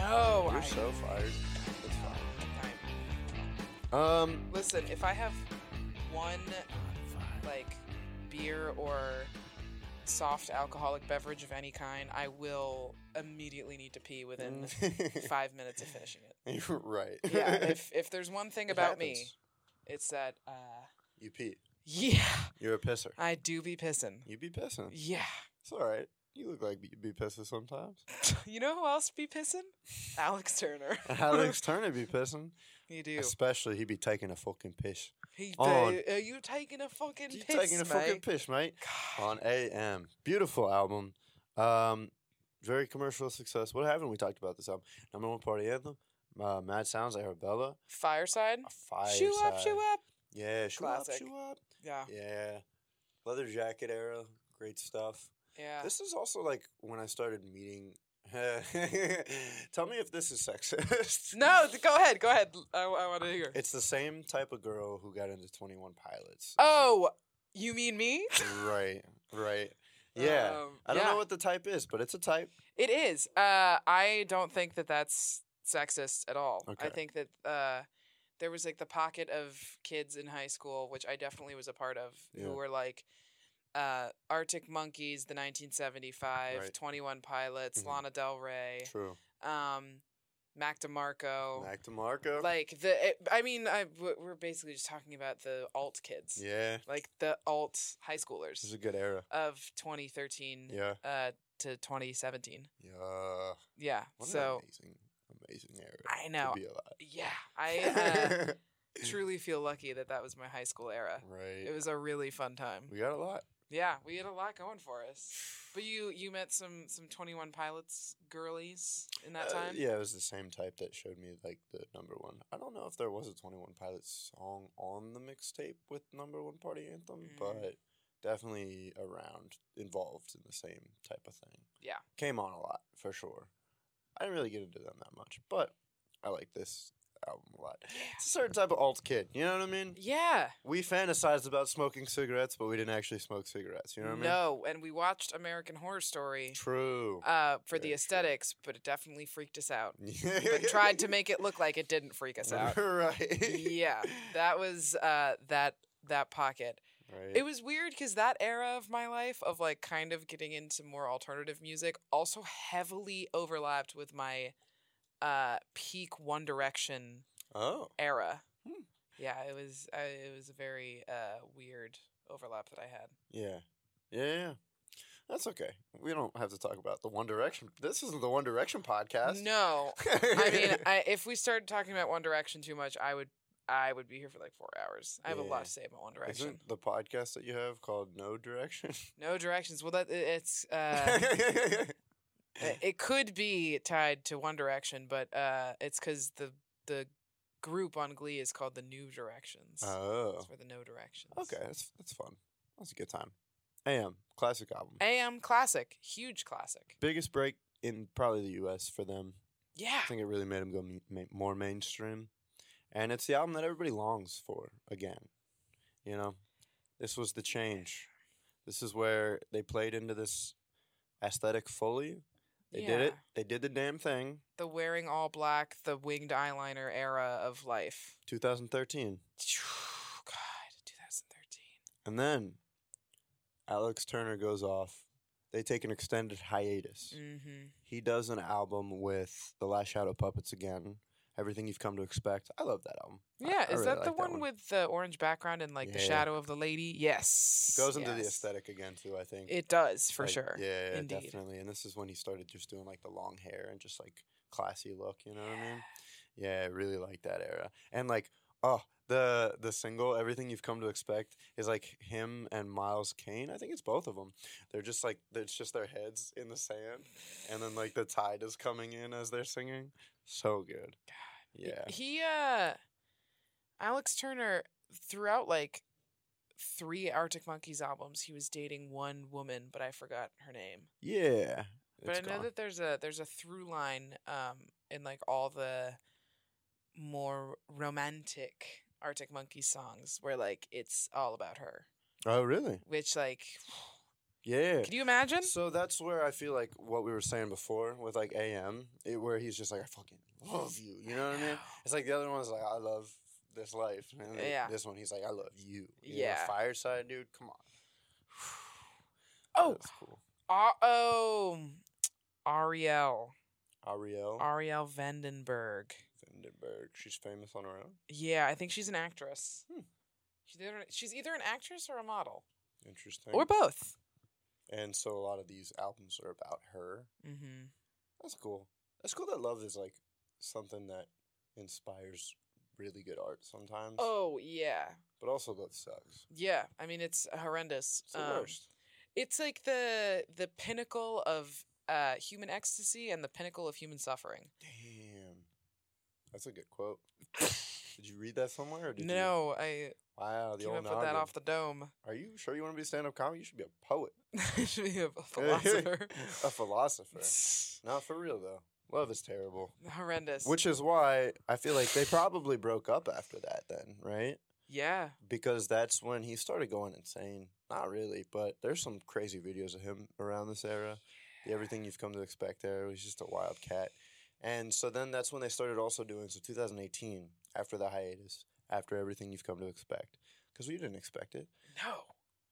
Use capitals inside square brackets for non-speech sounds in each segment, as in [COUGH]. Oh, uh, You're I- so fired. It's fine. I'm- Um, Listen, if I have one like beer or soft alcoholic beverage of any kind, I will immediately need to pee within [LAUGHS] [LAUGHS] five minutes of finishing it. you're right. [LAUGHS] Yeah, if if there's one thing Mm. It about me, happens. it's that uh you pee. yeah, You're a pisser. I do be pissing. You be pissing. Yeah. It's all right. You look like you be [LAUGHS] pissing sometimes. [LAUGHS] You know who else be pissing? Alex Turner. Alex Turner be pissing. you do. Especially he be taking a fucking piss. He on. do. Are you taking a fucking You piss? taking a fucking mate? piss, mate. God. On AM. Beautiful album. Um, very commercial success. What haven't we talked about this album? Number one party anthem. Uh, Mad Sounds, Arabella. Fireside. A fire. Shoe up, shoe up. Yeah, shoe Classic. up, shoe up. Yeah. Yeah. Leather jacket era. Great stuff. Yeah. This is also like when I started meeting. [LAUGHS] Tell me if this is sexist. [LAUGHS] No, th- go ahead. Go ahead. I, want to hear. It's the same type of girl who got into 21 Pilots. oh, you mean me? right, right. [LAUGHS] Yeah. Um, I don't yeah. know what the type is, but it's a type. It is. Uh, I don't think that that's sexist at all. I Okay. think that uh, there was like the pocket of kids in high school, which I definitely was a part of, Yeah. who were like uh, Arctic Monkeys, the 1975, Right. 21 Pilots, Mhm. Lana Del Rey, True. um, Mac DeMarco. Mac DeMarco. Oh. Like the, it, I mean, I w- we're basically just talking about the alt kids, yeah. like the alt high This schoolers. is a good era. of 2013 Yeah. uh, to 2017. Yeah. Yeah. What so an amazing, amazing era. I know. To be alive. yeah, [LAUGHS] I uh, truly feel lucky that that was my high school era. right. It was a really fun time. we got a lot. Yeah, we had a lot going for [SIGHS] us. But you you met some some 21 Pilots girlies in that Uh, time. yeah, it was the same type that showed me like the number one. I don't know if there was a Twenty One Pilots song on the mixtape with number one party anthem, Mm. but definitely around involved in the same type of thing. Yeah. came on a lot for sure. I didn't really get into them that much, but I like this album a lot. It's a certain type of alt kid. You know what I mean? Yeah. We fantasized about smoking cigarettes, but we didn't actually smoke cigarettes. You know what I no, mean? and we watched American Horror Story True. uh, for Very the true. aesthetics, but it definitely freaked us out. [LAUGHS] But tried to make it look like it didn't freak us out. right. yeah, that was uh, that that pocket. Right. It was weird because that era of my life of like kind of getting into more alternative music also heavily overlapped with my uh, peak One Direction oh. era. Hmm. Yeah, it was uh, it was a very uh, weird overlap that I had. Yeah. Yeah, yeah, yeah. That's okay. We don't have to talk about the One Direction. This isn't the One Direction podcast. [LAUGHS] No, I mean, I, if we started talking about One Direction too much, I would I would be here for like four hours. I have a Yeah. lot to say about One Direction. isn't the podcast that you have called No Direction? No directions. Well, that [LAUGHS] it's. Uh, [LAUGHS] Uh, it could be tied to One Direction, but uh, it's because the the group on Glee is called the New Directions. oh. That's where the No Directions. Okay, that's that's fun. That's a good time. AM classic album. AM classic, huge classic. Biggest break in probably the U.S. for them. Yeah, I think it really made them go m- ma- more mainstream, and it's the album that everybody longs for again. You know, this was the change. This is where they played into this aesthetic fully. They did it. Yeah. They did the damn thing. the wearing all black, the winged eyeliner era of life. [SIGHS] 2013, God, 2013. and then Alex Turner goes off. They take an extended hiatus. Mm-hmm. He does an album with the Last Shadow Puppets again. Everything you've come to expect. I love that album. I- Yeah, is I really that like the one, with the orange background and like the Yeah. shadow of the lady? Yes, goes into the yes. aesthetic again too? I think It does for Like, sure. Yeah, yeah, Indeed. definitely. And this is when he started just doing like the long hair and just like classy look. You know what I mean? Yeah, I really like that era. And like, oh, the the single "Everything You've Come to Expect" is like him and Miles Kane. I think it's both of them. They're just like it's just their heads in the sand, and then like the tide is coming in as they're singing. So good. He- Yeah. He uh Alex Turner throughout like three Arctic Monkeys albums, he was dating one woman, but I forgot her name. Yeah. But I know that there's a there's a through line um in like all the more romantic Arctic Monkeys songs where like it's all about her. oh, really? Which like Yeah. can you imagine? So that's where I feel like what we were saying before with like AM, it, where he's just like, I fucking love you. You know what I [SIGHS] mean? It's like the other one's like, I love this life. And then Yeah. This one, he's like, I love you. you know, Yeah. Fireside, dude. Come on. Oh, That's cool. uh, oh, Ariel, Ariel Ariel Vandenberg. Vandenberg. She's famous on her own. Yeah, I think she's an actress. Hmm. She's either, she's either an actress or a model Interesting. or both. and so a lot of these albums are about her. Mm-hmm. That's cool. That's cool that love is like something that inspires really good art sometimes. Oh yeah, But also love sucks. yeah. I mean, it's horrendous. It's the Um, worst. It's like the the pinnacle of uh, human ecstasy and the pinnacle of human suffering. Damn. That's a good quote. [LAUGHS] did you read that somewhere? Or did you- no, I Wow, the came old up with that noggin. off the dome. [LAUGHS] Are you sure you want to be a stand up comedy? You should be a poet, [LAUGHS] I should be a philosopher. a philosopher. [LAUGHS] Not for real, though. Love is terrible. Horrendous. Which is why I feel like they probably broke up after that, then, right? yeah. Because that's when he started going insane. Not really, but there's some crazy videos of him around this era. The Everything You've Come to Expect era. He's just a wild cat. And so then that's when they started also doing, so 2018, after the hiatus, after Everything You've Come to Expect. Because we didn't expect it. No.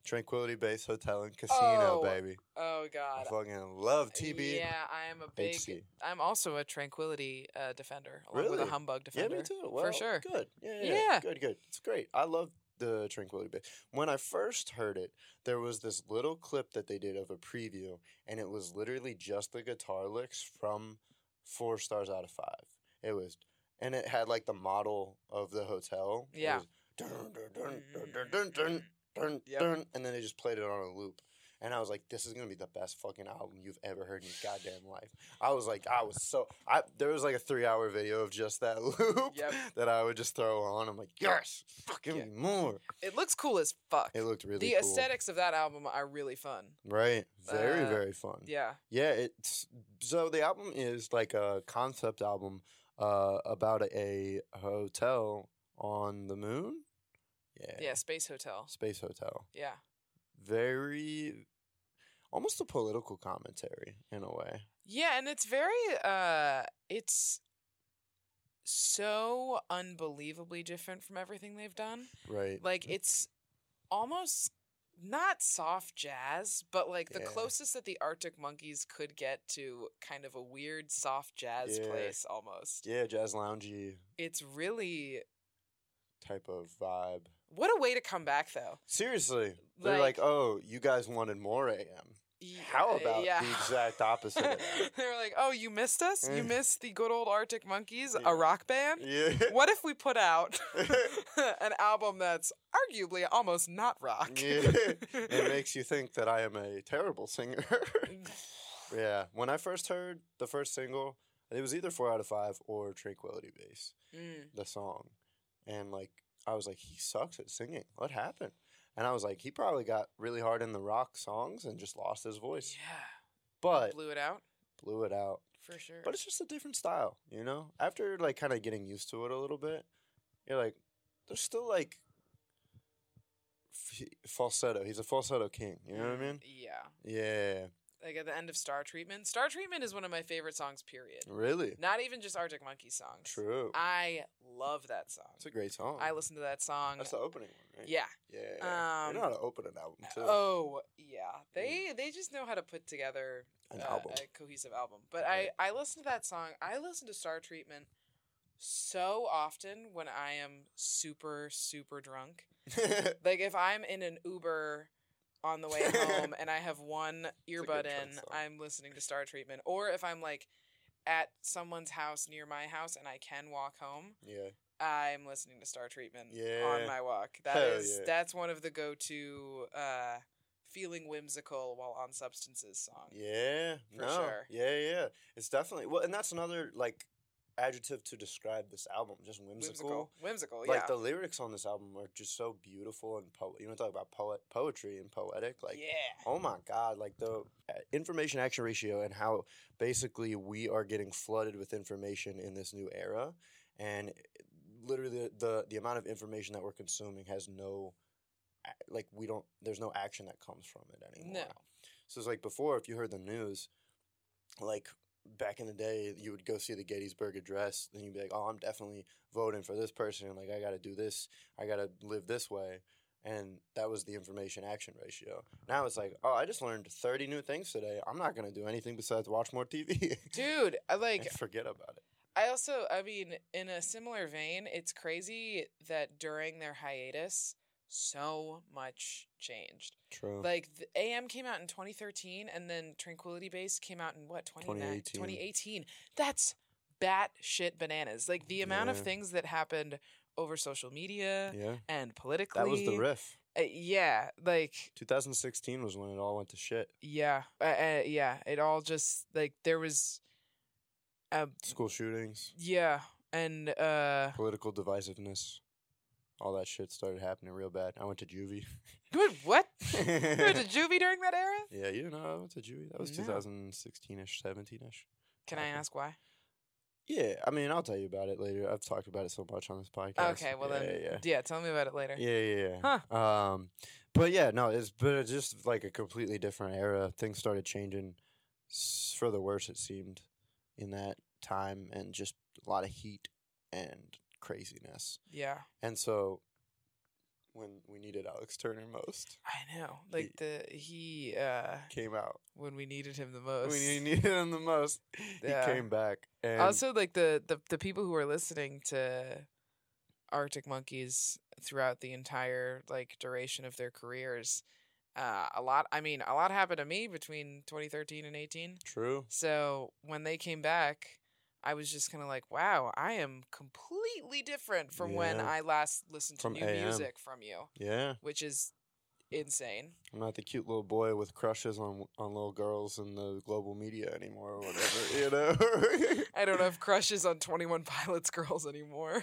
Tranquility Base Hotel and Casino, Oh, baby. Oh I God. fucking love TB. Yeah, I am a big. HC. I'm also a tranquility uh, defender, along with Really? a humbug Yeah, defender. me too. Well, for sure. Good. Yeah, yeah, yeah. Yeah. Good, good. It's great. I love the Tranquility Base. When I first heard it, there was this little clip that they did of a preview, and it was literally just the guitar licks from Four Stars Out of Five. It was, and it had like the model of the hotel. It Yeah. was dun, dun, dun, dun, dun, dun, dun, dun, Yep. dun, and then they just played it on a loop. And I was like, this is gonna be the best fucking album you've ever heard in your goddamn life. I was like, I was so I there was like a three hour video of just that [LAUGHS] loop Yep. that I would just throw on. I'm like, yes, give yeah. me more. It looks cool as fuck. It looked really the cool. aesthetics of that album are really fun. right? Very Uh, very fun. Yeah. Yeah, it's so the album is like a concept album uh, about a hotel on the moon. Yeah. Yeah. Space Hotel. Space hotel. Yeah. Very almost a political commentary in a way. Yeah, and it's very uh it's so unbelievably different from everything they've done. Right. Like it's almost not soft jazz, but like the Yeah. closest that the Arctic Monkeys could get to kind of a weird soft jazz Yeah. place almost. yeah, jazz loungy It's really type of vibe. what a way to come back though. Seriously. They're like, Like- oh, you guys wanted more AM. Y- How uh, about the [LAUGHS] exact opposite of that? [LAUGHS] they were like, "Oh, you missed us? Yeah. You missed the good old Arctic Monkeys, Yeah. a rock band?" Yeah. what if we put out [LAUGHS] [LAUGHS] an album that's arguably almost not rock? Yeah. [LAUGHS] it makes you think that I am a terrible singer. [LAUGHS] yeah. When I first heard the first single, it was either Four Out of Five or Tranquility Base, Mm. the song. And like, I was like, he sucks at singing. What happened? And I was like, he probably got really hard in the rock songs and just lost his voice, Yeah, but blew it out blew it out. for sure. But it's just a different style, you know? After like kind of getting used to it a little bit, you're like, there's still like f- falsetto. He's a falsetto king, you know what I Mm, mean? Yeah, Yeah. like at the end of Star Treatment. Star Treatment is one of my favorite songs. Period. Really? Not even just Arctic Monkey songs. True. I love that song. It's a great song. I listen to that song. That's the opening one, right? yeah. Yeah. yeah. Um, they know how to open an album, too. Mm. Oh yeah. They they just know how to put together an uh, album. a cohesive album. But Right. I I listen to that song. I listen to Star Treatment so often when I am super super drunk. Like if I'm in an Uber on the way [LAUGHS] home and I have one good earbud drunk in, song. I'm listening to Star Treatment. Or if I'm like at someone's house near my house and I can walk home, [LAUGHS] yeah. I'm listening to Star Treatment Yeah. on my walk. That Hell is yeah. that's one of the go-to uh feeling whimsical while on substances song. Yeah. For no. sure. Yeah, yeah. It's definitely, well, and that's another like adjective to describe this album, just whimsical. whimsical, whimsical, yeah. like the lyrics on this album are just so beautiful and po- you know talk about poet poetry and poetic like yeah. oh my god like the uh, information action ratio and how basically we are getting flooded with information in this new era and literally the the amount of information that we're consuming has no a- like we don't there's no action that comes from it anymore No. so it's like before if you heard the news like back in the day, you would go see the Gettysburg Address, then you'd be like, "Oh, I'm definitely voting for this person. Like, I got to do this. I got to live this way." And that was the information action ratio. Now it's like, "Oh, I just learned 30 new things today. I'm not going to do anything besides watch more [LAUGHS] TV." Dude, I like and forget about it. I also, I mean, in a similar vein, it's crazy that during their hiatus, so much changed. True. Like the AM came out in 2013, and then Tranquility Base came out in what 2018. 2018. 2018. That's batshit bananas. Like the amount of Yeah. things that happened over social media yeah. and politically. That was the riff. Uh, yeah, like 2016 was when it all went to shit. yeah, uh, uh, yeah. It all just like there was, uh, School shootings, yeah, and [LAUGHS] uh, political divisiveness, all that shit started happening real bad. I went to juvie. good. What? [LAUGHS] you [LAUGHS] [LAUGHS] went to juvie during that era? Yeah, you didn't know I went to juvie. That was No. 2016 ish, 17 ish. Can I Happened. ask why? Yeah, I mean, I'll tell you about it later. I've talked about it so much on this podcast. Okay, well yeah, then, yeah, yeah, tell me about it later. yeah, yeah, yeah. Um, but yeah, no, it's but it's just like a completely different era. Things started changing s- for the worse. It seemed in that time, and just a lot of heat and craziness. yeah. And so, when we needed Alex Turner most, I know. Like the he uh [LAUGHS] came out. when we needed him the most. When you needed him the most, Yeah. he came back. And also like the, the the people who were listening to Arctic Monkeys throughout the entire like duration of their careers. Uh, a lot I mean, a lot happened to me between 2013 and 18. true. So, when they came back, I was just kind of like, "Wow, I am completely different from when Yeah. I last listened to From new AM. music from you," Yeah. which is insane. I'm not the cute little boy with crushes on on little girls in the global media anymore, or whatever. you know. [LAUGHS] I don't have crushes on 21 [LAUGHS] Pilots girls anymore.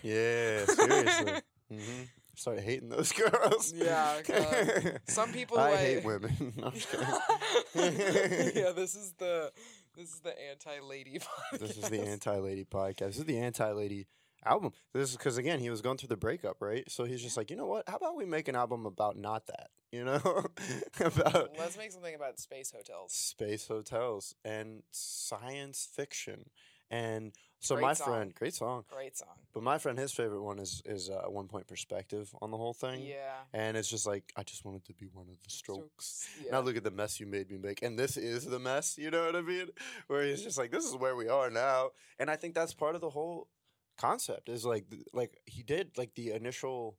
[LAUGHS] Yeah, seriously. mm-hmm. Started hating those [LAUGHS] girls. [LAUGHS] Yeah, God. Some people I like- hate women. [LAUGHS] I'm just [LAUGHS] kidding. [LAUGHS] yeah, this is the this is the anti lady [LAUGHS] podcast. This is the anti lady podcast. This is the anti lady album. This is because again, he was going through the breakup, right? So he's just like, you know what? How about we make an album about not that? [LAUGHS] You know, [LAUGHS] about Let's make something about space hotels. space hotels and science fiction. And so Great my song. friend, great song. Great song. But my friend, his favorite one is is uh, one point perspective on the whole thing. Yeah. And it's just like I just wanted to be one of the strokes. Strokes. Yeah. Now look at the mess you made me make. And this is the mess, you know what I mean? Where he's just like, this is where we are now. And I think that's part of the whole concept is like, th- like he did like the initial,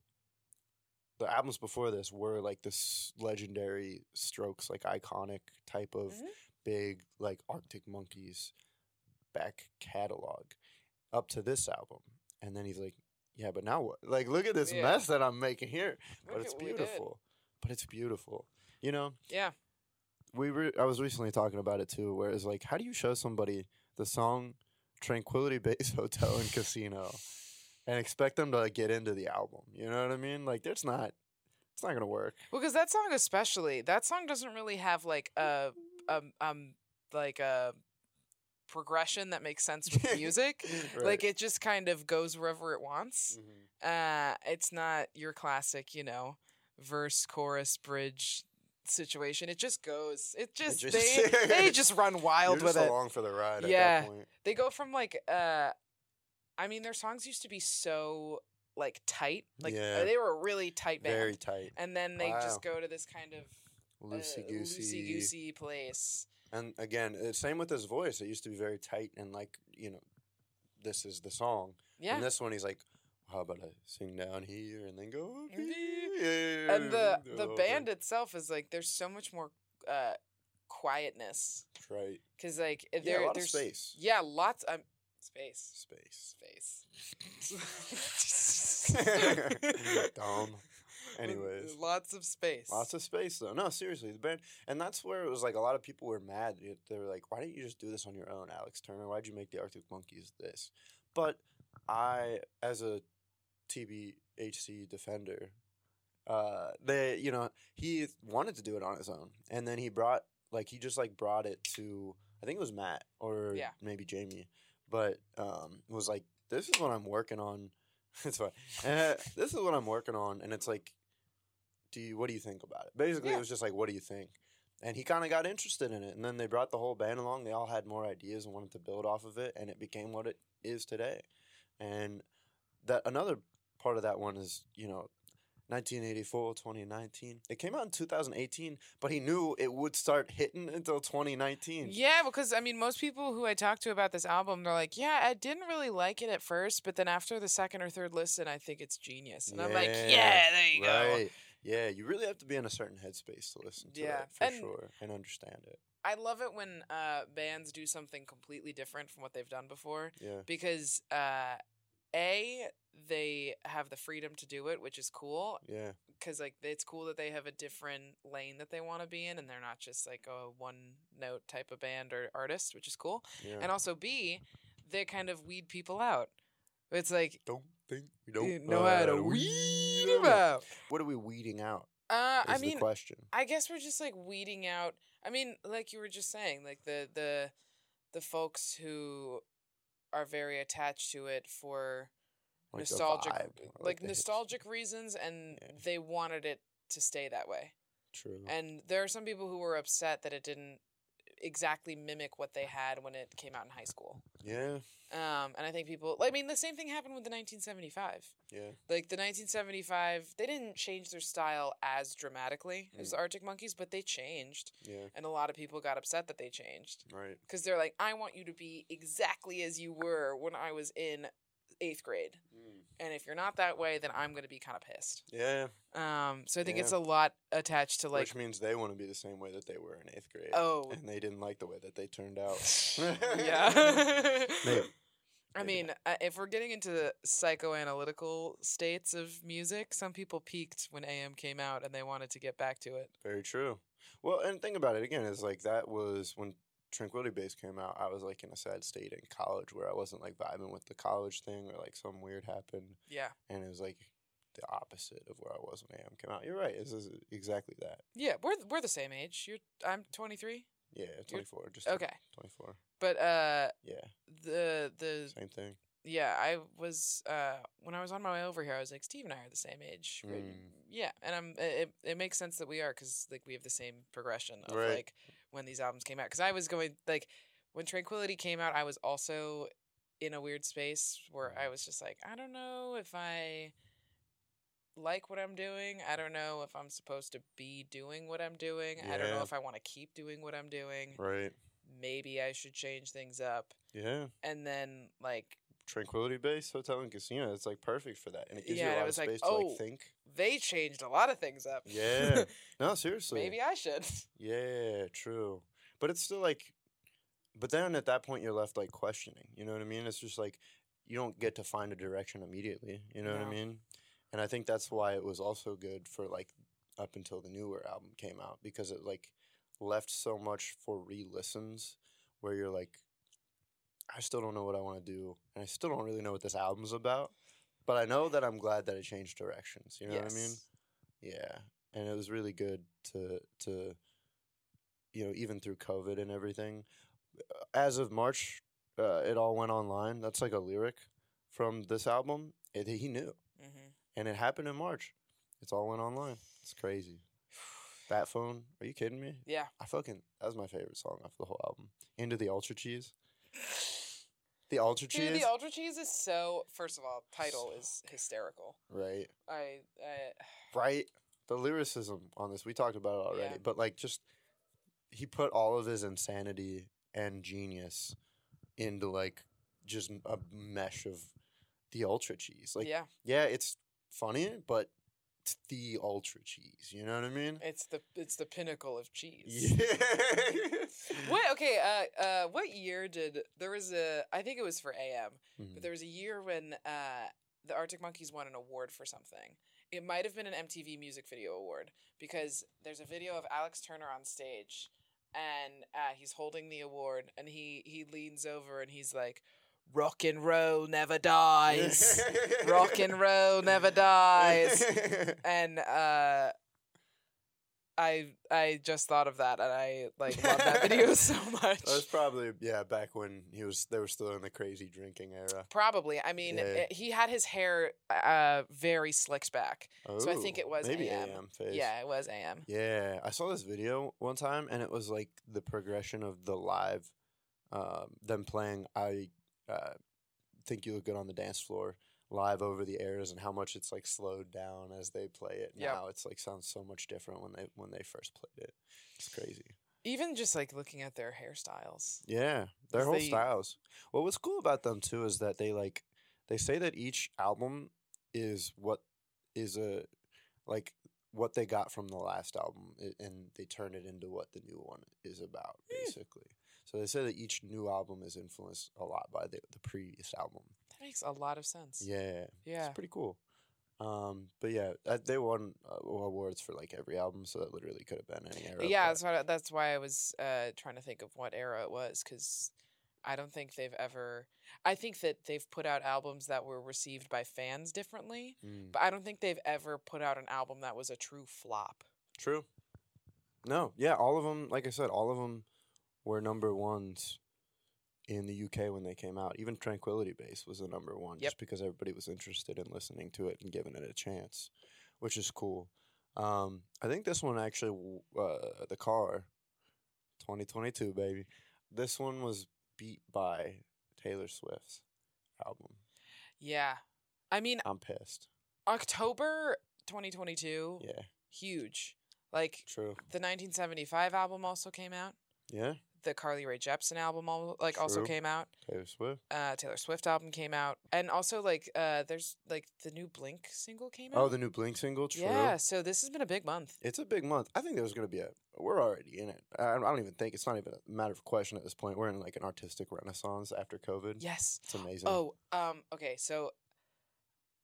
the albums before this were like this legendary strokes, like iconic type of Mhm. big like Arctic Monkeys back catalog up to this album. And then he's like, yeah, but now what? Like, look at this Yeah. mess that I'm making here Look but it's at what we did. beautiful. But it's beautiful. You know, Yeah. we were. I was recently talking about it too, where it's like, how do you show somebody the song "Tranquility Base [LAUGHS] Hotel and Casino" and expect them to like, get into the album? You know what I mean? Like, it's not. It's not gonna work. Well, because that song especially, that song doesn't really have like Mm. a um um like a progression that makes sense [LAUGHS] with music. [LAUGHS] Like it just kind of goes wherever it wants. Mm-hmm. Mm. uh it's not your classic you know verse chorus bridge situation it just goes it just, just- they [LAUGHS] they just run wild You're just with it along for the ride. At Yeah. that point. they go from like uh i mean their songs used to be so like tight like Yeah. they were a really tight band Very tight, and then they just Wow. go to this kind of loosey goosey, loosey Uh, goosey place and again, uh, same with his voice. It used to be very tight and like you know, this is the song. yeah And this one, he's like, how about I sing down here and then go up And here?" Oh, the- Yeah, yeah, and uh, the yeah, the whole band thing. itself is like there's so much more uh quietness Right. because like Yeah, there a lot of there's space. Yeah, lots. Um, space. Space. Space. [LAUGHS] [LAUGHS] Dumb. Anyways. lots of space. Lots of space, though. No, seriously, the band, and that's where it was like a lot of people were mad. They- They were like, "Why didn't you just do this on your own, Alex Turner? Why'd you make the Arctic Monkeys this?" But I, as a TBHC defender, uh, they, you know, he wanted to do it on his own, and then he brought, like, he just like brought it to, I think it was Matt or Yeah. maybe Jamie, but um, was like, "This is what I'm working on." [LAUGHS] That's fine. Uh, this is what I'm working on, and it's like do you what do you think about it? Basically, Yeah. it was just like, what do you think? and he kind of got interested in it. And then they brought the whole band along. They all had more ideas and wanted to build off of it, and it became what it is today. And that another part of that one is you know. 1984, 2019. It came out in 2018, but he knew it would start hitting until 2019. Yeah, because I mean, most people who I talked to about this album, they're like, "Yeah, I didn't really like it at first, but then after the second or third listen, I think it's genius." And I'm like, Yeah, "Yeah, there you go." Right. Yeah, you really have to be in a certain headspace to listen to Yeah, it for and- sure and understand it. I love it when uh, bands do something completely different from what they've done before Yeah. because uh, a they have the freedom to do it, which is cool, Yeah. because like it's cool that they have a different lane that they want to be in, and they're not just like a one note type of band or artist, which is cool. Yeah. And also B, they kind of weed people out. It's like eh, don't think uh, we you don't know how to weed 'em out. What are we weeding out? Uh, Is I the mean, question. I guess we're just like weeding out. I mean, like you were just saying, like the the the folks who are very attached to it for Like the nostalgic, vibe, or like, the hits. nostalgic reasons, and Yeah. they wanted it to stay that way. True. And there are some people who were upset that it didn't exactly mimic what they had when it came out in high school. yeah. Um, and I think people, I mean, the same thing happened with the 1975. Yeah. Like the 1975, they didn't change their style as dramatically as Mm. the Arctic Monkeys, but they changed. Yeah. And a lot of people got upset that they changed Right. because they're like, I want you to be exactly as you were when I was in eighth grade. And if you're not that way, then I'm going to be kind of pissed. Yeah. Um, so I think Yeah. it's a lot attached to like, Which means they want to be the same way that they were in eighth grade. oh, [LAUGHS] And they didn't like the way that they turned out. [LAUGHS] yeah. [LAUGHS] Maybe. I Maybe mean, uh, if we're getting into the psychoanalytical states of music, some people peaked when AM came out and they wanted to get back to it. Very true. Well, and think about it again. It's like that was when Tranquility Base came out. I was like in a sad state in college where I wasn't like vibing with the college thing or like something weird happened. Yeah. and it was like the opposite of where I was when AM came out. You're right. This is exactly that. Yeah, we're th- we're the same age. You're I'm 23. Yeah, 24. Just okay. 24. But uh Yeah, the the same thing. yeah, I was uh when I was on my way over here, I was like Steve and I are the same age. We're- Mm. Yeah, and I'm it, it it makes sense that we are cuz like we have the same progression of Right. like when these albums came out cuz I was going like when Tranquility came out, I was also in a weird space where Mm. I was just like, I don't know if I like what I'm doing. I don't know if I'm supposed to be doing what I'm doing. I don't know Yeah. if I want to keep doing what I'm doing. Right. Maybe I should change things up. Yeah. And then like Tranquility Base Hotel and Casino. It's like perfect for that, and it gives Yeah, you and a it lot of was like, space to oh. like think. they changed a lot of things up. [LAUGHS] Yeah. No, seriously. Maybe I should. Yeah, true. But it's still like, but then at that point you're left like questioning. You know what I mean? It's just like you don't get to find a direction immediately. You know what No. I mean? And I think that's why it was also good for like up until the newer album came out because it like left so much for re-listens where you're like, I still don't know what I want to do, and I still don't really know what this album's about. But I know that I'm glad that it changed directions. You know what I mean? Yes. Yeah, and it was really good to to you know even through COVID and everything. uh, As of March, uh, it all went online. That's like a lyric from this album. It, he knew, Mhm. and it happened in March. It's all went online. It's crazy. Bat phone? Are you kidding me? [SIGHS] Yeah. I fucking that was my favorite song off the whole album. Into the ultra cheese. The ultra Dude, cheese. the ultra cheese is so. First of all, title is hysterical. right. I, I right the lyricism on this we talked about it already Yeah. but like just he put all of his insanity and genius into like just a mesh of the ultra cheese like yeah, yeah, it's funny but it's the ultra cheese you know what i mean it's the it's the pinnacle of cheese. yeah [LAUGHS] What okay? Uh, uh, what year did there was a? I think it was for AM, but Mhm. there was a year when uh, the Arctic Monkeys won an award for something. It might have been an MTV Music Video Award because there's a video of Alex Turner on stage, and uh, he's holding the award, and he he leans over and he's like, "Rock and roll never [LAUGHS] dies. Rock and roll never dies." and uh I I just thought of that and I like love [LAUGHS] that video so much. That was probably yeah back when he was they were still in the crazy drinking era. Probably. I mean, Yeah. it- he had his hair uh very slicked back. So I think Ooh, it was maybe AM. phase. Yeah, it was AM. Yeah, I saw this video one time, and it was like the progression of the live, um, them playing "I uh, Think You Look Good on the Dance Floor" live over the airs, and how much it's like slowed down as they play it. Yep. Now it's like sounds so much different when they when they first played it. It's crazy. Even just like looking at their hairstyles. Yeah, their 'Cause whole they- styles. Well, what's cool about them too is that they like they say that each album is what is a like what they got from the last album i- and they turn it into what the new one is about Hmm. basically. So they say that each new album is influenced a lot by the, the previous album. That makes a lot of sense. Yeah, Yeah. it's pretty cool. Um, but yeah, uh, they won uh, awards for like every album, so that literally could have been any era. yeah, but- that's why that's why I was uh, trying to think of what era it was because I don't think they've ever. I think that they've put out albums that were received by fans differently, Mm. but I don't think they've ever put out an album that was a true flop. True. No, yeah, all of them. Like I said, all of them were number ones in the UK when they came out. Even Tranquility Base was the number one, Yep. just because everybody was interested in listening to it and giving it a chance, which is cool. Um, I think this one actually, w- uh, the car, 2022 baby. This one was beat by Taylor Swift's album. Yeah, I mean I'm pissed. October 2022, Yeah, huge. Like true. the 1975 album also came out. Yeah, The Carly Rae Jepsen album al- like also True. came out. Taylor Swift. Uh, Taylor Swift album came out, and also like uh, there's like the new Blink single came out. Oh, the new Blink single. True. Yeah, so this has been a big month. It's a big month. I think there's going to be a. We're already in it. I, I don't even think it's not even a matter of question at this point. We're in like an artistic renaissance after COVID. Yes. It's amazing. Oh, um, okay, so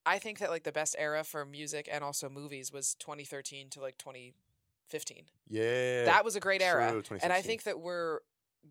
I think that like the best era for music and also movies was 2013 to like 2015. yeah. That was a great era. True, And I 2016. think that we're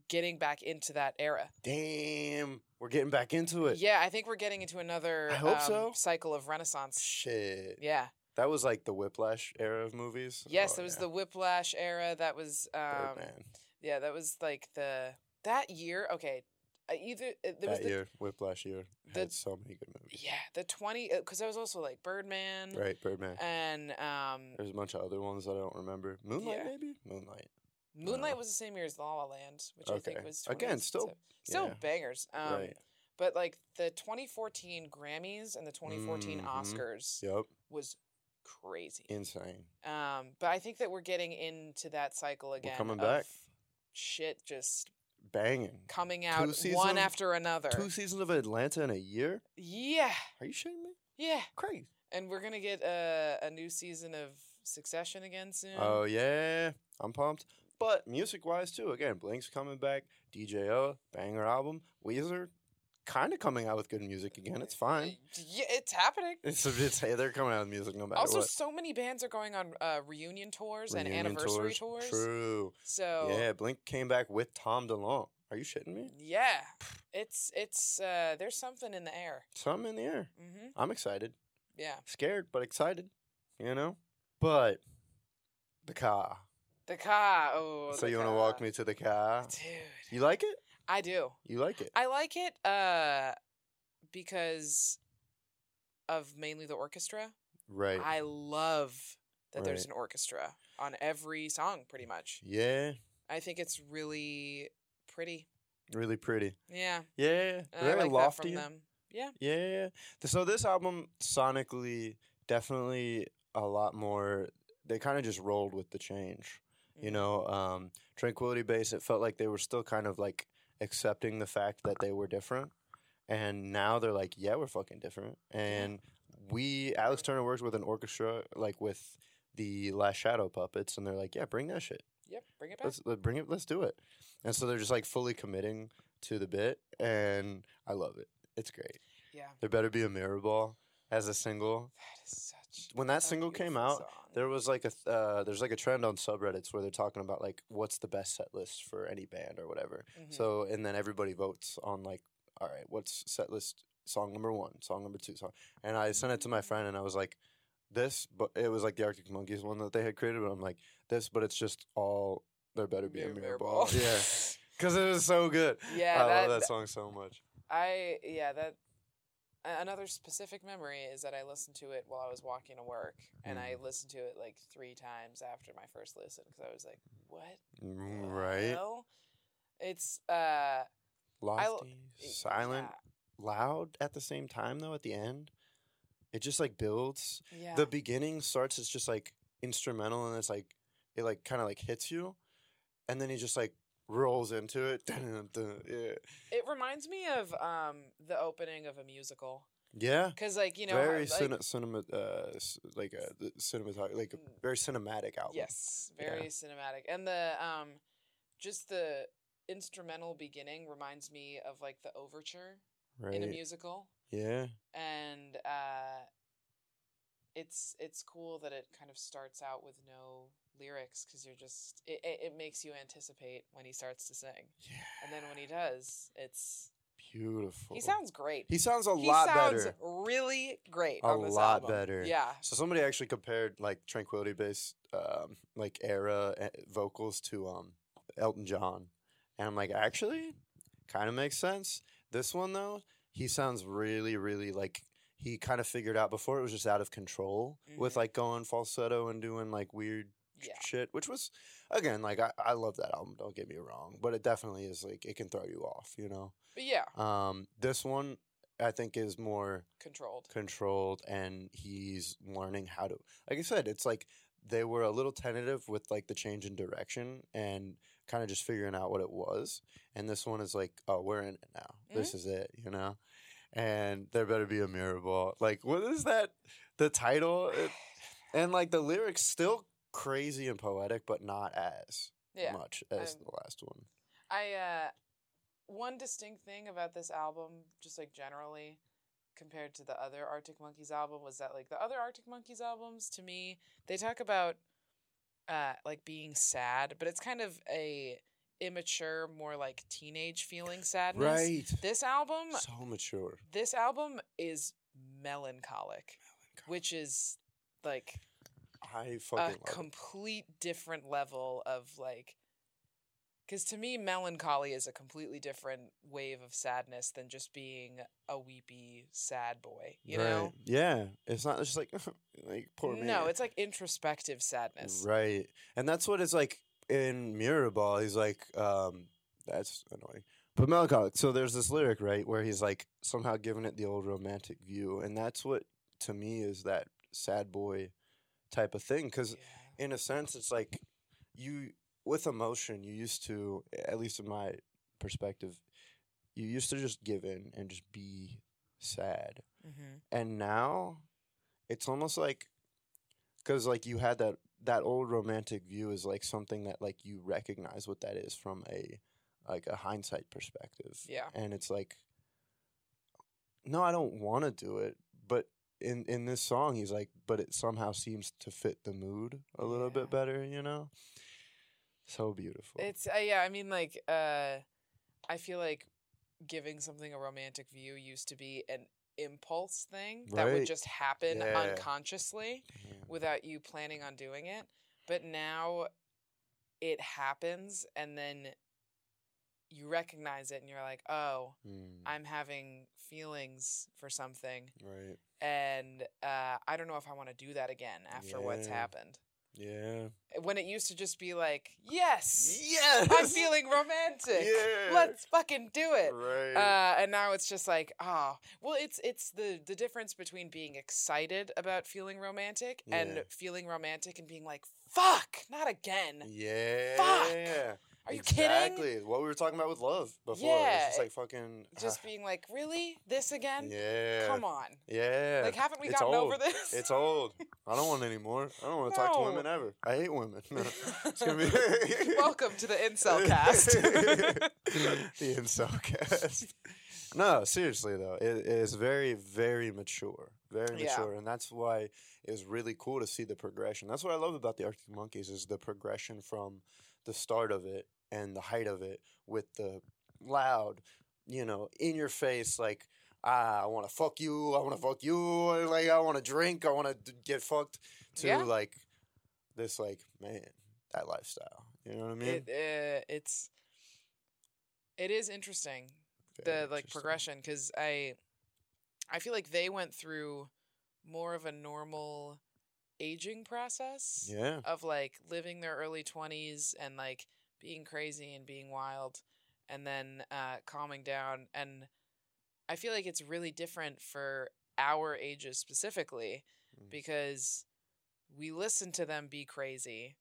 getting back into that era. Damn, we're getting back into it. Yeah, I think we're getting into another I hope um, so. cycle of renaissance. Shit. Yeah. That was like the Whiplash era of movies. Yes, Oh, there was yeah. the Whiplash era. That was um Birdman. yeah, that was like the that year, okay. uh, Either uh, there was that the year, Whiplash year, the- had so many good movies. yeah, the 20 cuz I was also like Birdman Right, Birdman. and um There's a bunch of other ones that I don't remember. Moonlight, Yeah. maybe. Moonlight. Moonlight Uh, was the same year as La La Land, which I think okay. was Again, 20s, still- so- still yeah. bangers. Um, right. But like the 2014 Grammys and the 2014 Mhm. Oscars Yep. was crazy. Insane. Um, but I think that we're getting into that cycle again. coming of back. Shit, just Banging. coming out season- one after another. Two seasons of Atlanta in a year. yeah, Are you shitting me? yeah. Crazy. And we're gonna get uh, a, a new season of Succession again soon. Oh yeah, I'm pumped. But music wise too, again, Blink's coming back. DJO banger album. Weezer kind of coming out with good music again. It's fine. yeah, it's happening. [LAUGHS] It's, it's hey, they're coming out with music no matter Also, what. so many bands are going on uh, reunion tours and Reunion anniversary tours. Oh. True. So yeah. Yeah, Blink came back with Tom DeLonge. Are you shitting me? it's it's uh, there's something in the air. Something in the air. hmm I'm excited. Yeah, Scared, but excited. You know? But the car. the car. Oh, so the you want to walk car. me to [LAUGHS] the car? dude? You like it? I do. You like it? I like it uh, because of mainly the orchestra. right. I love that there's an Right. orchestra on every song, pretty much. yeah. I think it's really pretty. Really pretty. Yeah, Yeah. and Very I like lofty. that from them. Yeah, Yeah. Th- So this album sonically definitely a lot more they kind of just rolled with the change. You Mhm. know, um Tranquility Base it felt like they were still kind of like accepting the fact that they were different. And now they're like, yeah, we're fucking different. And we Alex Turner works with an orchestra like with the Last Shadow Puppets and they're like, yeah, bring that shit yep. Bring it back. let's let- bring it let's do it and so they're just like fully committing to the bit and i love it it's great yeah, there better be a mirror ball as a single that is such. when that a single came beautiful out song. there was like a th- uh, there's like a trend on subreddits where they're talking about like what's the best set list for any band or whatever Mhm. so and then everybody votes on like all Mm-hmm. right what's set list song number one song number two song and i sent it to my friend and i was like this, but it was like the Arctic Monkeys one that they had created. But I'm like this, but it's just all there better be a mirror ball. yeah, [LAUGHS] because it was so good. Yeah, I that, love that song so much. [LAUGHS] I yeah that a- another specific memory is that I listened to it while I was walking to work, and Mm. I listened to it like three times after my first listen because I was like, "What? the Mm, Right, hell?" It's uh lofty, silent, yeah, loud at the same time though. At the end, it just like builds. Yeah, the beginning starts it's just like instrumental and it's like it like kind of like hits you and then he just like rolls into it [LAUGHS] Dun, dun, dun, yeah it reminds me of um the opening of a musical yeah because like you know how, very like, cine- cinema uh s- like a the cinematog- like a Mm. very cinematic album Yes, Yeah. very cinematic. And the um just the instrumental beginning reminds me of like the overture right in a musical yeah and uh it's it's cool that it kind of starts out with no lyrics cuz you're just it, it it makes you anticipate when he starts to sing. yeah And then when he does, it's beautiful he sounds great. he sounds a He lot sounds better really great. A on this lot album. better. Yeah. so somebody actually compared like tranquility based um like era eh, vocals to um elton john and i'm like actually kind of makes sense this one though he sounds really really like he kind of figured out before it was just out of control with Mhm. like going falsetto and doing like weird sh- Yeah. shit which was again like I, I love that album don't get me wrong but it definitely is like it can throw you off you know But yeah, um this one i think is more controlled. controlled and he's learning how to like i said it's like they were a little tentative with like the change in direction and kind of just figuring out what it was and this one is like oh we're in it now Mm-hmm. this is it you know and there better be a mirror ball like what is that the title It- and like the lyrics still crazy and poetic but not as Yeah. much as I'm- the last one I uh one distinct thing about this album, just like generally compared to the other Arctic Monkeys album was that like the other Arctic Monkeys albums to me, they talk about uh like being sad, but it's kind of a immature, more like teenage feeling sadness. right This album so mature this album is melancholic, which is like Uh, i fucking a love it. complete different level of like because to me melancholy is a completely different wave of sadness than just being a weepy sad boy you Right. know Yeah, it's not just like [LAUGHS] like poor man. no it's like introspective sadness right, and that's what it's like in Mirror Ball. He's like, um, that's annoying. But melancholic. So there's this lyric right where he's like somehow giving it the old romantic view, and that's what to me is that sad boy type of thing. Because Yeah. in a sense, it's like you with emotion. You used to, at least in my perspective, you used to just give in and just be sad Mhm. and now it's almost like because like you had that that old romantic view is like something that like you recognize what that is from a like a hindsight perspective Yeah. and it's like no i don't want to do it but in in this song he's like but it somehow seems to fit the mood a little Yeah. bit better you know so beautiful it's uh, yeah i mean like uh i feel like giving something a romantic view used to be an impulse thing that would Right. just happen Yeah. unconsciously Yeah. without you planning on doing it. But now it happens and then you recognize it and you're like, oh, Mm, I'm having feelings for something. right And uh, I don't know if I want to do that again after what's Yeah. happened. yeah When it used to just be like, yes, yes I'm feeling romantic. [LAUGHS] Yeah. Let's fucking do it. [LAUGHS] right Uh, and now it's just like, ah, well, it's it's the the difference between being excited about feeling romantic and Yeah. feeling romantic and being like, fuck, not again. Yeah. Are you kidding? E, Exactly. What we were talking about with love before. Yeah, It's just it- like fucking. uh, Just [SIGHS] being like, really, this again? yeah. Come on, Yeah. like, haven't we It's gotten old. over this? [LAUGHS] It's old. I don't want [LAUGHS] any more. I don't want to talk to No. women ever. I hate women. [LAUGHS] it's gonna be. [LAUGHS] [LAUGHS] Welcome to the incel cast. [LAUGHS] [LAUGHS] the incel cast. No, seriously though, it, it is very, very mature, very Yeah. mature, and that's why it's really cool to see the progression. That's what I love about the Arctic Monkeys is the progression from the start of it and the height of it with the loud, you know, in your face, like ah, I want to fuck you. I want to fuck you. Like I want to drink. I want to get fucked. To Yeah. like this, like man, that lifestyle. You know what I [LAUGHS] mean? It, uh, it's it is interesting Very the like interesting. progression because I I feel like they went through more of a normal aging process Yeah. of like living their early 20s and like being crazy and being wild and then uh, calming down and i feel like it's really different for our ages specifically Mm. because we listened to them be crazy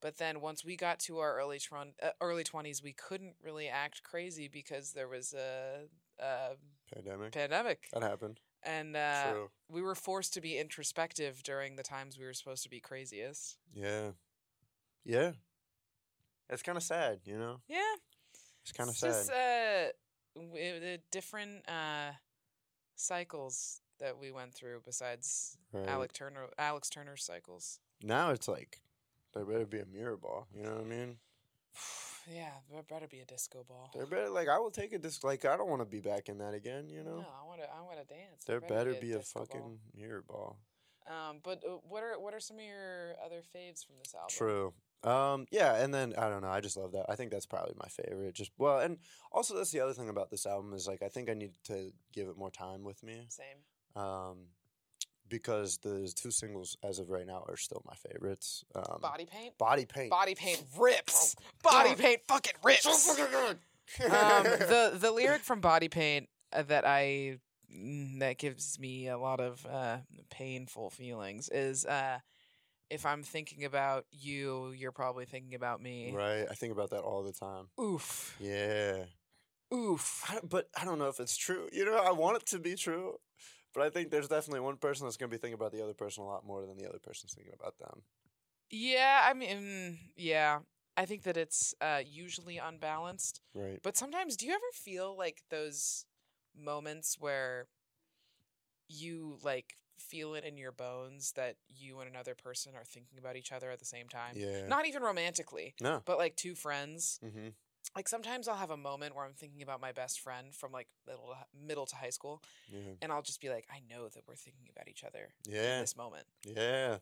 but then once we got to our early tron- uh, early 20s we couldn't really act crazy because there was a, a Pandemic. pandemic that happened. and uh, True. we were forced to be introspective during the times we were supposed to be craziest Yeah. Yeah. It's kind of sad, you know. yeah It's kind of It's sad. Just uh, w- the different uh, cycles that we went through besides right? Alex Turner, Alex Turner's cycles. [SIGHS] Now it's like there better be a mirror ball. You know what I mean? yeah, there better be a disco ball. There better like I will take a disc. Like I don't want to be back in that again. You know. No, I want to. I want to dance. There better be a disco ball. fucking mirror ball. Um, but uh, what are what are some of your other faves from this album? True. Um, yeah, and then I don't know. I just love that. I think that's probably my favorite. Just well, and also that's the other thing about this album is like I think I need to give it more time with me, Same. um, because the two singles as of right now are still my favorites. Um, Body paint. body paint. Oh, Body [LAUGHS] paint rips. Body paint fucking rips. So fucking good. [LAUGHS] um, the the lyric from Body Paint uh, that I mm, that gives me a lot of uh, painful feelings is uh, if I'm thinking about you, you're probably thinking about me. right. I think about that all the time. Oof, Yeah. oof. I don't- but I don't know if it's true. You know, I want it to be true, but I think there's definitely one person that's going to be thinking about the other person a lot more than the other person's thinking about them. Yeah, I mean, mm, yeah. I think that it's uh, usually unbalanced, Right. but sometimes do you ever feel like those moments where you like feel it in your bones that you and another person are thinking about each other at the same time? Yeah. not even romantically, no. but like two friends. Mm-hmm. Like sometimes I'll have a moment where I'm thinking about my best friend from like middle to, middle to high school, Yeah. and I'll just be like, I know that we're thinking about each other in Yeah. this moment. Yeah.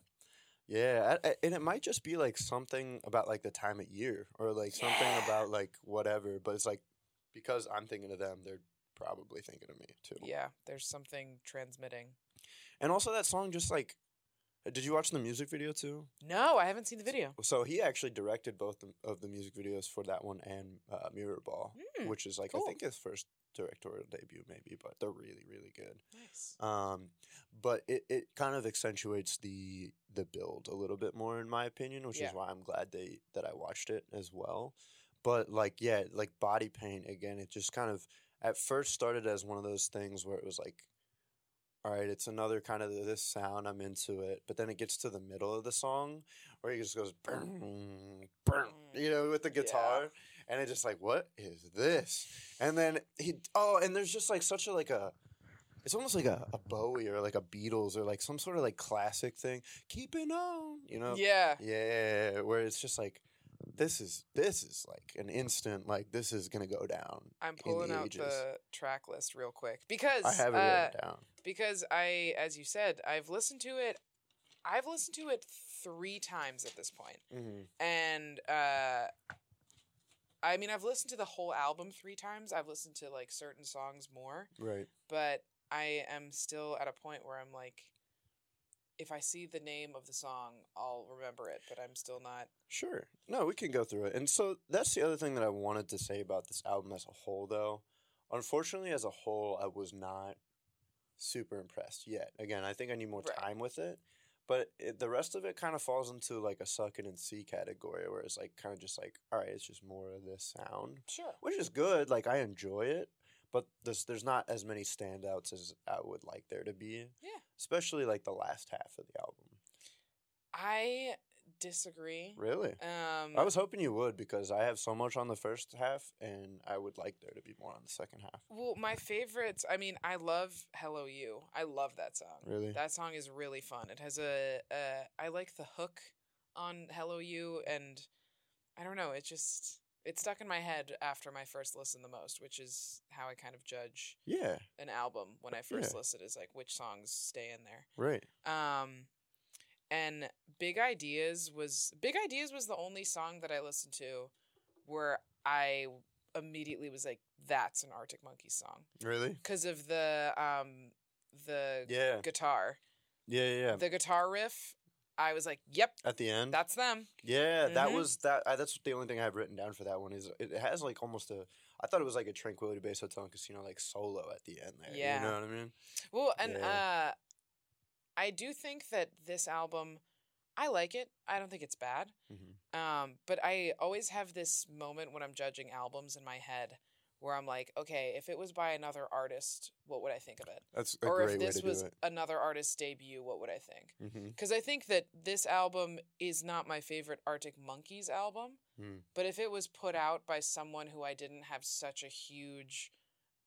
Yeah. I, I- and it might just be like something about like the time of year or like something Yeah. about like whatever, but it's like because I'm thinking of them, they're probably thinking of me too. Yeah, there's something transmitting. And also that song just like uh, did you watch the music video too? No, I haven't seen the video. So he actually directed both the, of the music videos for that one and uh, Mirror Ball, Hmm, which is like cool. I think his first directorial debut, maybe, but they're really really good. Nice. Um, but it, it kind of accentuates the the build a little bit more, in my opinion, which Yeah. is why I'm glad they that I watched it as well. But like yeah, like body paint again, it just kind of at first started as one of those things where it was like. All right, it's another kind of this sound. I'm into it, but then it gets to the middle of the song where he just goes, burn, burn, you know, with the Yeah. guitar, and it's just like, what is this? And then he, oh, and there's just like such a like a, it's almost like a, a Bowie or like a Beatles or like some sort of like classic thing. Keeping on, you know, Yeah. yeah, where it's just like, this is this is like an instant, like this is gonna go down. I'm pulling out ages. the track list real quick because I have it uh, written down. because I, as you said, I've listened to it. I've listened to it three times at this point. Mm-hmm. and uh I mean I've listened to the whole album 3 times. I've listened to like certain songs more, Right. but I am still at a point where I'm like if I see the name of the song, I'll remember it, but I'm still not Sure. No, we can go through it. And so that's the other thing that I wanted to say about this album as a whole, though. Unfortunately, as a whole, I was not super impressed yet. Again, I think I need more Right. time with it. But it, the rest of it kind of falls into like a suck it and see category where it's like kind of just like, all right, it's just more of this sound, sure. which is good. Like, I enjoy it. But there's, there's not as many standouts as I would like there to be. Yeah. Especially like the last half of the album. I disagree. Really? Um I was hoping you would because I have so much on the first half, and I would like there to be more on the second half. well, my favorites, I mean, I love Hello You. I love that song. Really? That song is really fun. It has a, a I like the hook on Hello You and I don't know, it just it stuck in my head after my first listen the most, which is how I kind of judge Yeah, an album when I first Oh, Yeah. listen is like which songs stay in there. right. Um, and Big Ideas was Big Ideas was the only song that I listened to where I immediately was like, "That's an Arctic Monkeys song," Really? because of the um the Yeah. guitar, Yeah, yeah. yeah. the guitar riff. I was like, "Yep, At the end. that's them." yeah, that Mhm. was that. I, that's the only thing I have written down for that one is it has like almost a. I thought it was like a Tranquility Base Hotel and Casino like solo at the end there. Yeah. You know what I mean? Well, and uh, Yeah. I do think that this album, I like it. I don't think it's bad. Mhm. Um, but I always have this moment when I'm judging albums in my head where I'm like, okay, if it was by another artist, what would I think of it? That's a or great if way this to was do it. another artist's debut, what would I think? Mm-hmm. Because I think that this album is not my favorite Arctic Monkeys album, Mm. but if it was put out by someone who I didn't have such a huge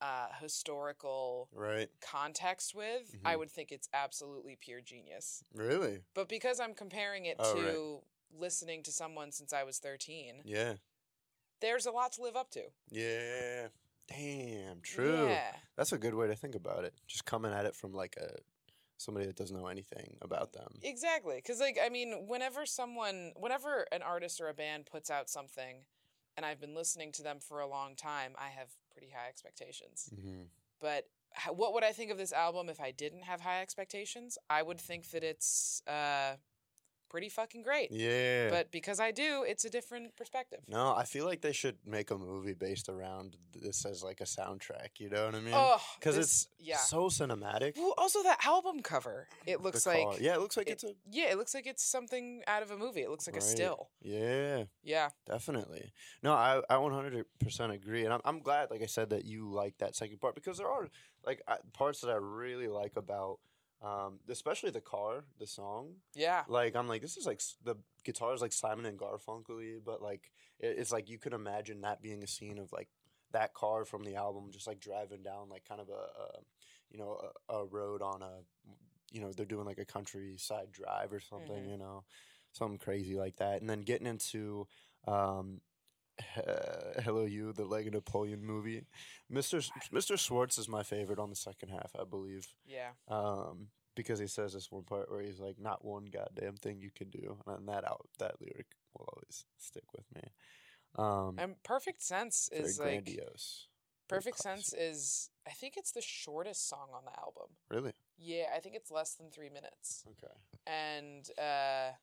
uh, historical Right. context with, I Mhm. would think it's absolutely pure genius. Really? But because I'm comparing it Oh, to right. listening to someone since I was 13, Yeah. there's a lot to live up to. Yeah. Damn. True. Yeah. That's a good way to think about it. Just coming at it from like a somebody that doesn't know anything about them. Exactly. Because, like, I mean, whenever someone, whenever an artist or a band puts out something and I've been listening to them for a long time, I have pretty high expectations. Mm-hmm. But h- what would I think of this album if I didn't have high expectations? I would think that it's uh, pretty fucking great. Yeah. But because I do, it's a different perspective. no, I feel like they should make a movie based around this as like a soundtrack. You know what I mean? Oh, 'cause this- yeah. So cinematic. Well, also that album cover. It The looks car. like yeah, it looks like it- it's a yeah, it looks like it's something out of a movie. It looks like a Right. still. yeah. Yeah. Definitely. No, I, I 100% agree. And I'm, I'm glad, like I said, that you like that second part because there are like I, parts that I really like about, um, especially the car, the song. Yeah. Like, I'm like, this is like s- the guitar is like Simon and Garfunkel but like, it, it's like you could imagine that being a scene of like that car from the album just like driving down like kind of a, a you know, a, a road on a, you know, they're doing like a countryside drive or something, Mhm. you know, something crazy like that. And then getting into, um, uh, Hello You, the Leg of Napoleon movie. Mr. S- Mr. Schwartz is my favorite on the second half, I believe, Yeah. um, because he says this one part where he's like, "Not one goddamn thing you can do," and that out that lyric will always stick with me. Um, And Perfect Sense very is like grandiose, Oh, Very Perfect Sense classy. is I think it's the shortest song on the album. really. Yeah, I think it's less than 3 minutes. Okay. And uh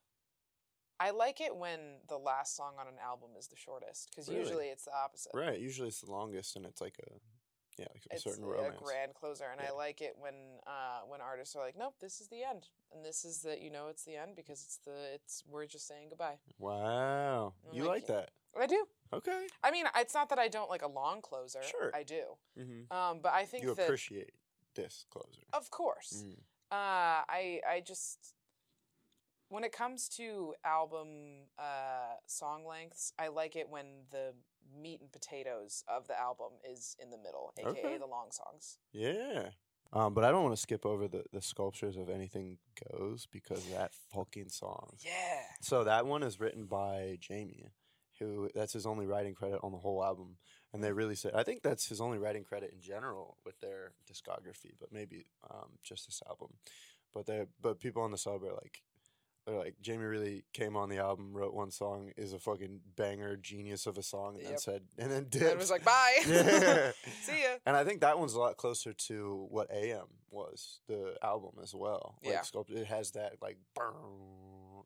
I like it when the last song on an album is the shortest cuz Really? usually it's the opposite. Right. Usually it's the longest, and it's like a yeah, like a It's certain a romance. grand closer, and I Yeah. like it when uh, when artists are like, "Nope, this is the end," and this is that you know it's the end because it's the it's we're just saying goodbye. wow, I you Mm, like like that? I do. Okay. I mean, it's not that I don't like a long closer. Sure. I do. hmm Um, but I think You that Oh, appreciate this closer. of course. Mm. Uh, I I just when it comes to album uh, song lengths, I like it when the meat and potatoes of the album is in the middle, aka Okay. the long songs. Yeah. Um, but I don't want to skip over the, the sculptures of anything goes because that fucking song. Yeah. So that one is written by Jamie, who that's his only writing credit on the whole album. And they really said I think that's his only writing credit in general with their discography, but maybe um, just this album. But they but people on the sub are like they're like Jamie really came on the album, wrote one song, is a fucking banger, genius of a song, and then Yep. said and then And did it was like, [LAUGHS] bye. [LAUGHS] yeah. See ya. And I think that one's a lot closer to what AM was, the album as well. Like Yeah. sculpt it has that like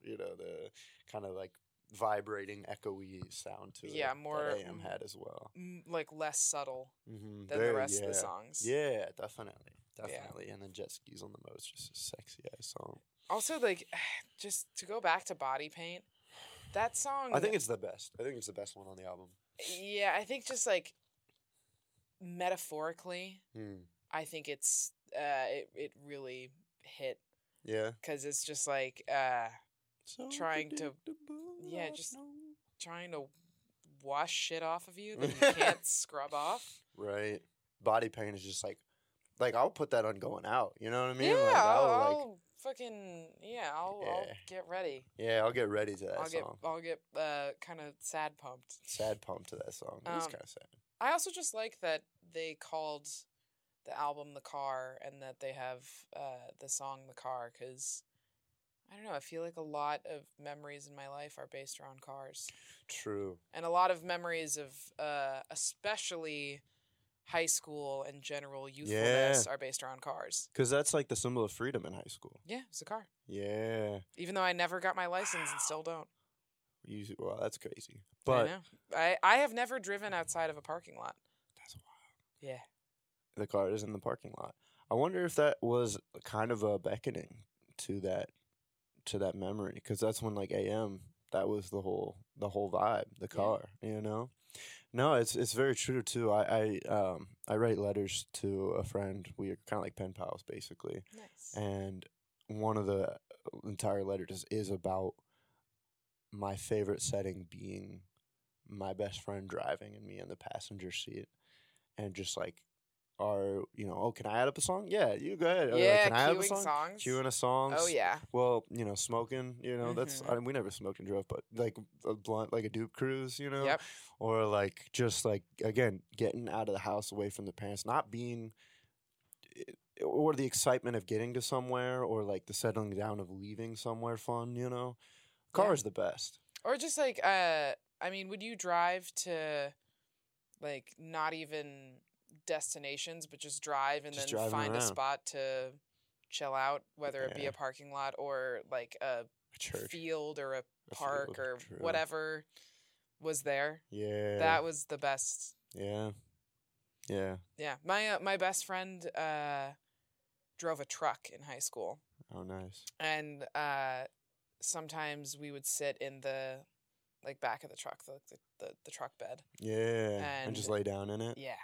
you know, the kind of like vibrating echoey sound to it. Yeah, that more- AM had as well. m- Mm, like less subtle Mm-hmm. than the rest yeah. of the songs. Yeah, definitely. Definitely. And then Jet Skis on the Mo's just a sexy ass song. Also, like, [SIGHS] just to go back to Body Paint, that song. I think it's the best. I think it's the best one on the album. Yeah, I think just like metaphorically, Hmm. I think it's uh, it it really hit Yeah. because it's just like uh, So Trying to- predictable, yeah, I just- know. trying to [LAUGHS] wash shit off of you that you can't scrub off. Right. Body pain is just like like I'll put that on going out. You know what I mean? yeah, Like, I'll, I'll, like, I'll fucking yeah. I'll, I'll Yeah. get ready. yeah, I'll get ready to that I'll get song. I'll get uh, kind of sad pumped. Sad pump to that song. It's Um, kind of sad. I also just like that they called the album "The Car" and that they have uh, the song "The Car" because I don't know. I feel like a lot of memories in my life are based around cars, True. and a lot of memories of uh, especially high school and general youthfulness are based around cars. Because that's like the symbol of freedom in high school. Yeah, it's a car. Yeah. Even though I never got my license and still don't. You, well, that's crazy. I, But know. I I have never driven outside of a parking lot. that's wild. Yeah. The car is in the parking lot. I wonder if that was kind of a beckoning to that to that memory because that's when like AM that was the whole the whole vibe the car you know no it's it's very true too I I um I write letters to a friend we are kind of like pen pals basically Nice. and one of the uh, entire letter is, is about my favorite setting being my best friend driving and me in the passenger seat and just like are you know oh can i add up a song yeah you go ahead Or, like, yeah, can i add up a queuing song songs. queuing a song oh s- yeah. well you know smoking you know that's Mhm. I we never smoked and drove but like a blunt like a dupe cruise you know Yep. or like just like again getting out of the house away from the parents not being eh, or the excitement of getting to somewhere or like the settling down of leaving somewhere fun you know car Yeah. is the best Or just like uh I mean, would you drive to like not even destinations, but just drive and Just then driving find a around. spot to chill out, whether it be Yeah. a parking lot or like a a church field or a a park field, or true. whatever was there. yeah That was the best yeah yeah Yeah, my uh, my best friend uh, drove a truck in high school, oh nice and uh, sometimes we would sit in the like back of the truck, the the, the, the truck bed. yeah and, just And- lay down in it Yeah,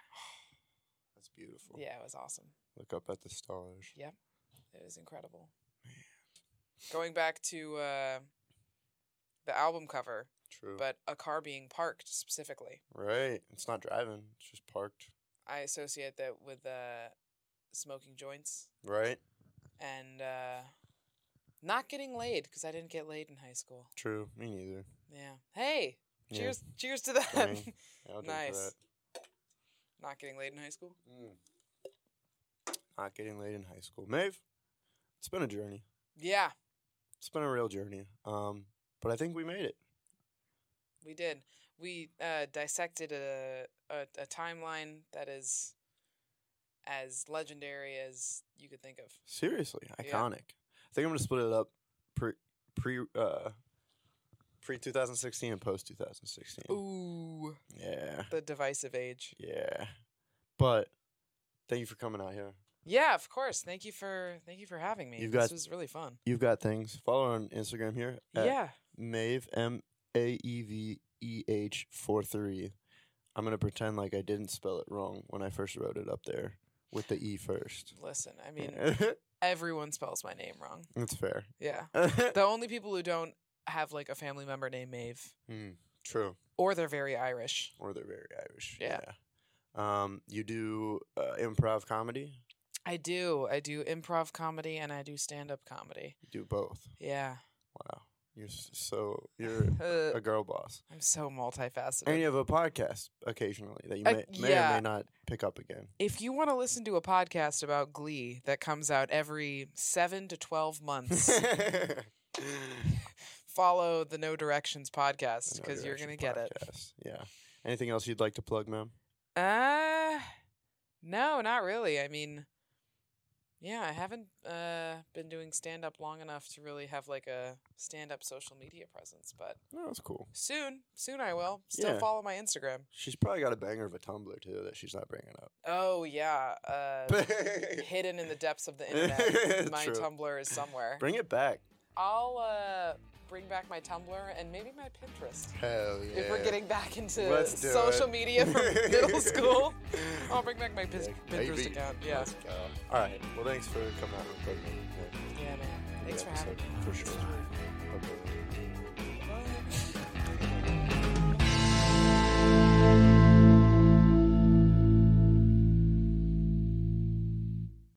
that's beautiful yeah, it was awesome. look up at the stars It was incredible. Going back to uh, the album cover, true but a car being parked specifically, right it's not driving it's just parked I associate that with uh, smoking joints right and uh, not getting laid because I didn't get laid in high school. true me neither Yeah. Hey. Yeah. Cheers! Cheers to that. Dang. Yeah, I'll drink to nice. that. [LAUGHS] Not getting laid in high school. Not getting laid in high school. Maeve, it's been a journey. Yeah, It's been a real journey. Um, but I think we made it. we did. We uh, dissected a, a a timeline that is as legendary as you could think of. Seriously, Yeah. iconic. I think I'm gonna split it up pre pre uh pre 2016 and post 2016. Ooh, Yeah, the divisive age. yeah. But thank you for coming out here. Yeah, of course. Thank you for thank you for having me. You've this got- was really fun. You've got things. Follow her on Instagram here. at yeah, Mave M A E V E H four three. I'm gonna pretend like I didn't spell it wrong when I first wrote it up there with the E first. listen. I [LAUGHS] mean, That's everyone spells my name wrong. [LAUGHS] fair. Yeah, the only people who don't have like a family member named Maeve, Hmm, true. or they're very Irish. Or they're very Irish. Yeah. yeah. Um, you do uh, improv comedy. I do. I do improv comedy and I do stand up comedy. You do both. Yeah. Wow. You're s- so you're Uh, a girl [LAUGHS] boss. I'm so multifaceted. And you have a podcast occasionally that you Uh, may, may or yeah. may not pick [LAUGHS] up again. if you want to listen to a podcast about Glee that comes out every seven to 12 [LAUGHS] months, follow the No Directions podcast because you're going to get it. Yeah. Anything else you'd like to plug, ma'am? Uh, no, not really. I mean, yeah, I haven't uh, been doing stand up long enough to really have like a stand up social media presence, but No, that's cool. soon, soon I will. Still Yeah. follow my Instagram. She's probably got a banger of a Tumblr too that she's not bringing up. Oh, yeah. [LAUGHS] Uh, hidden in the depths of the internet. my True. Tumblr is somewhere. Bring it back. I'll uh, bring back my Tumblr and maybe my Pinterest. Hell yeah. If we're getting back into Let's do social it. media from [LAUGHS] middle school, I'll bring back my Pin- Pinterest Maybe. account. Yeah. Let's go. All right. Well, thanks for coming out and recording. Yeah, man. Thanks for having me. me. For sure. Okay.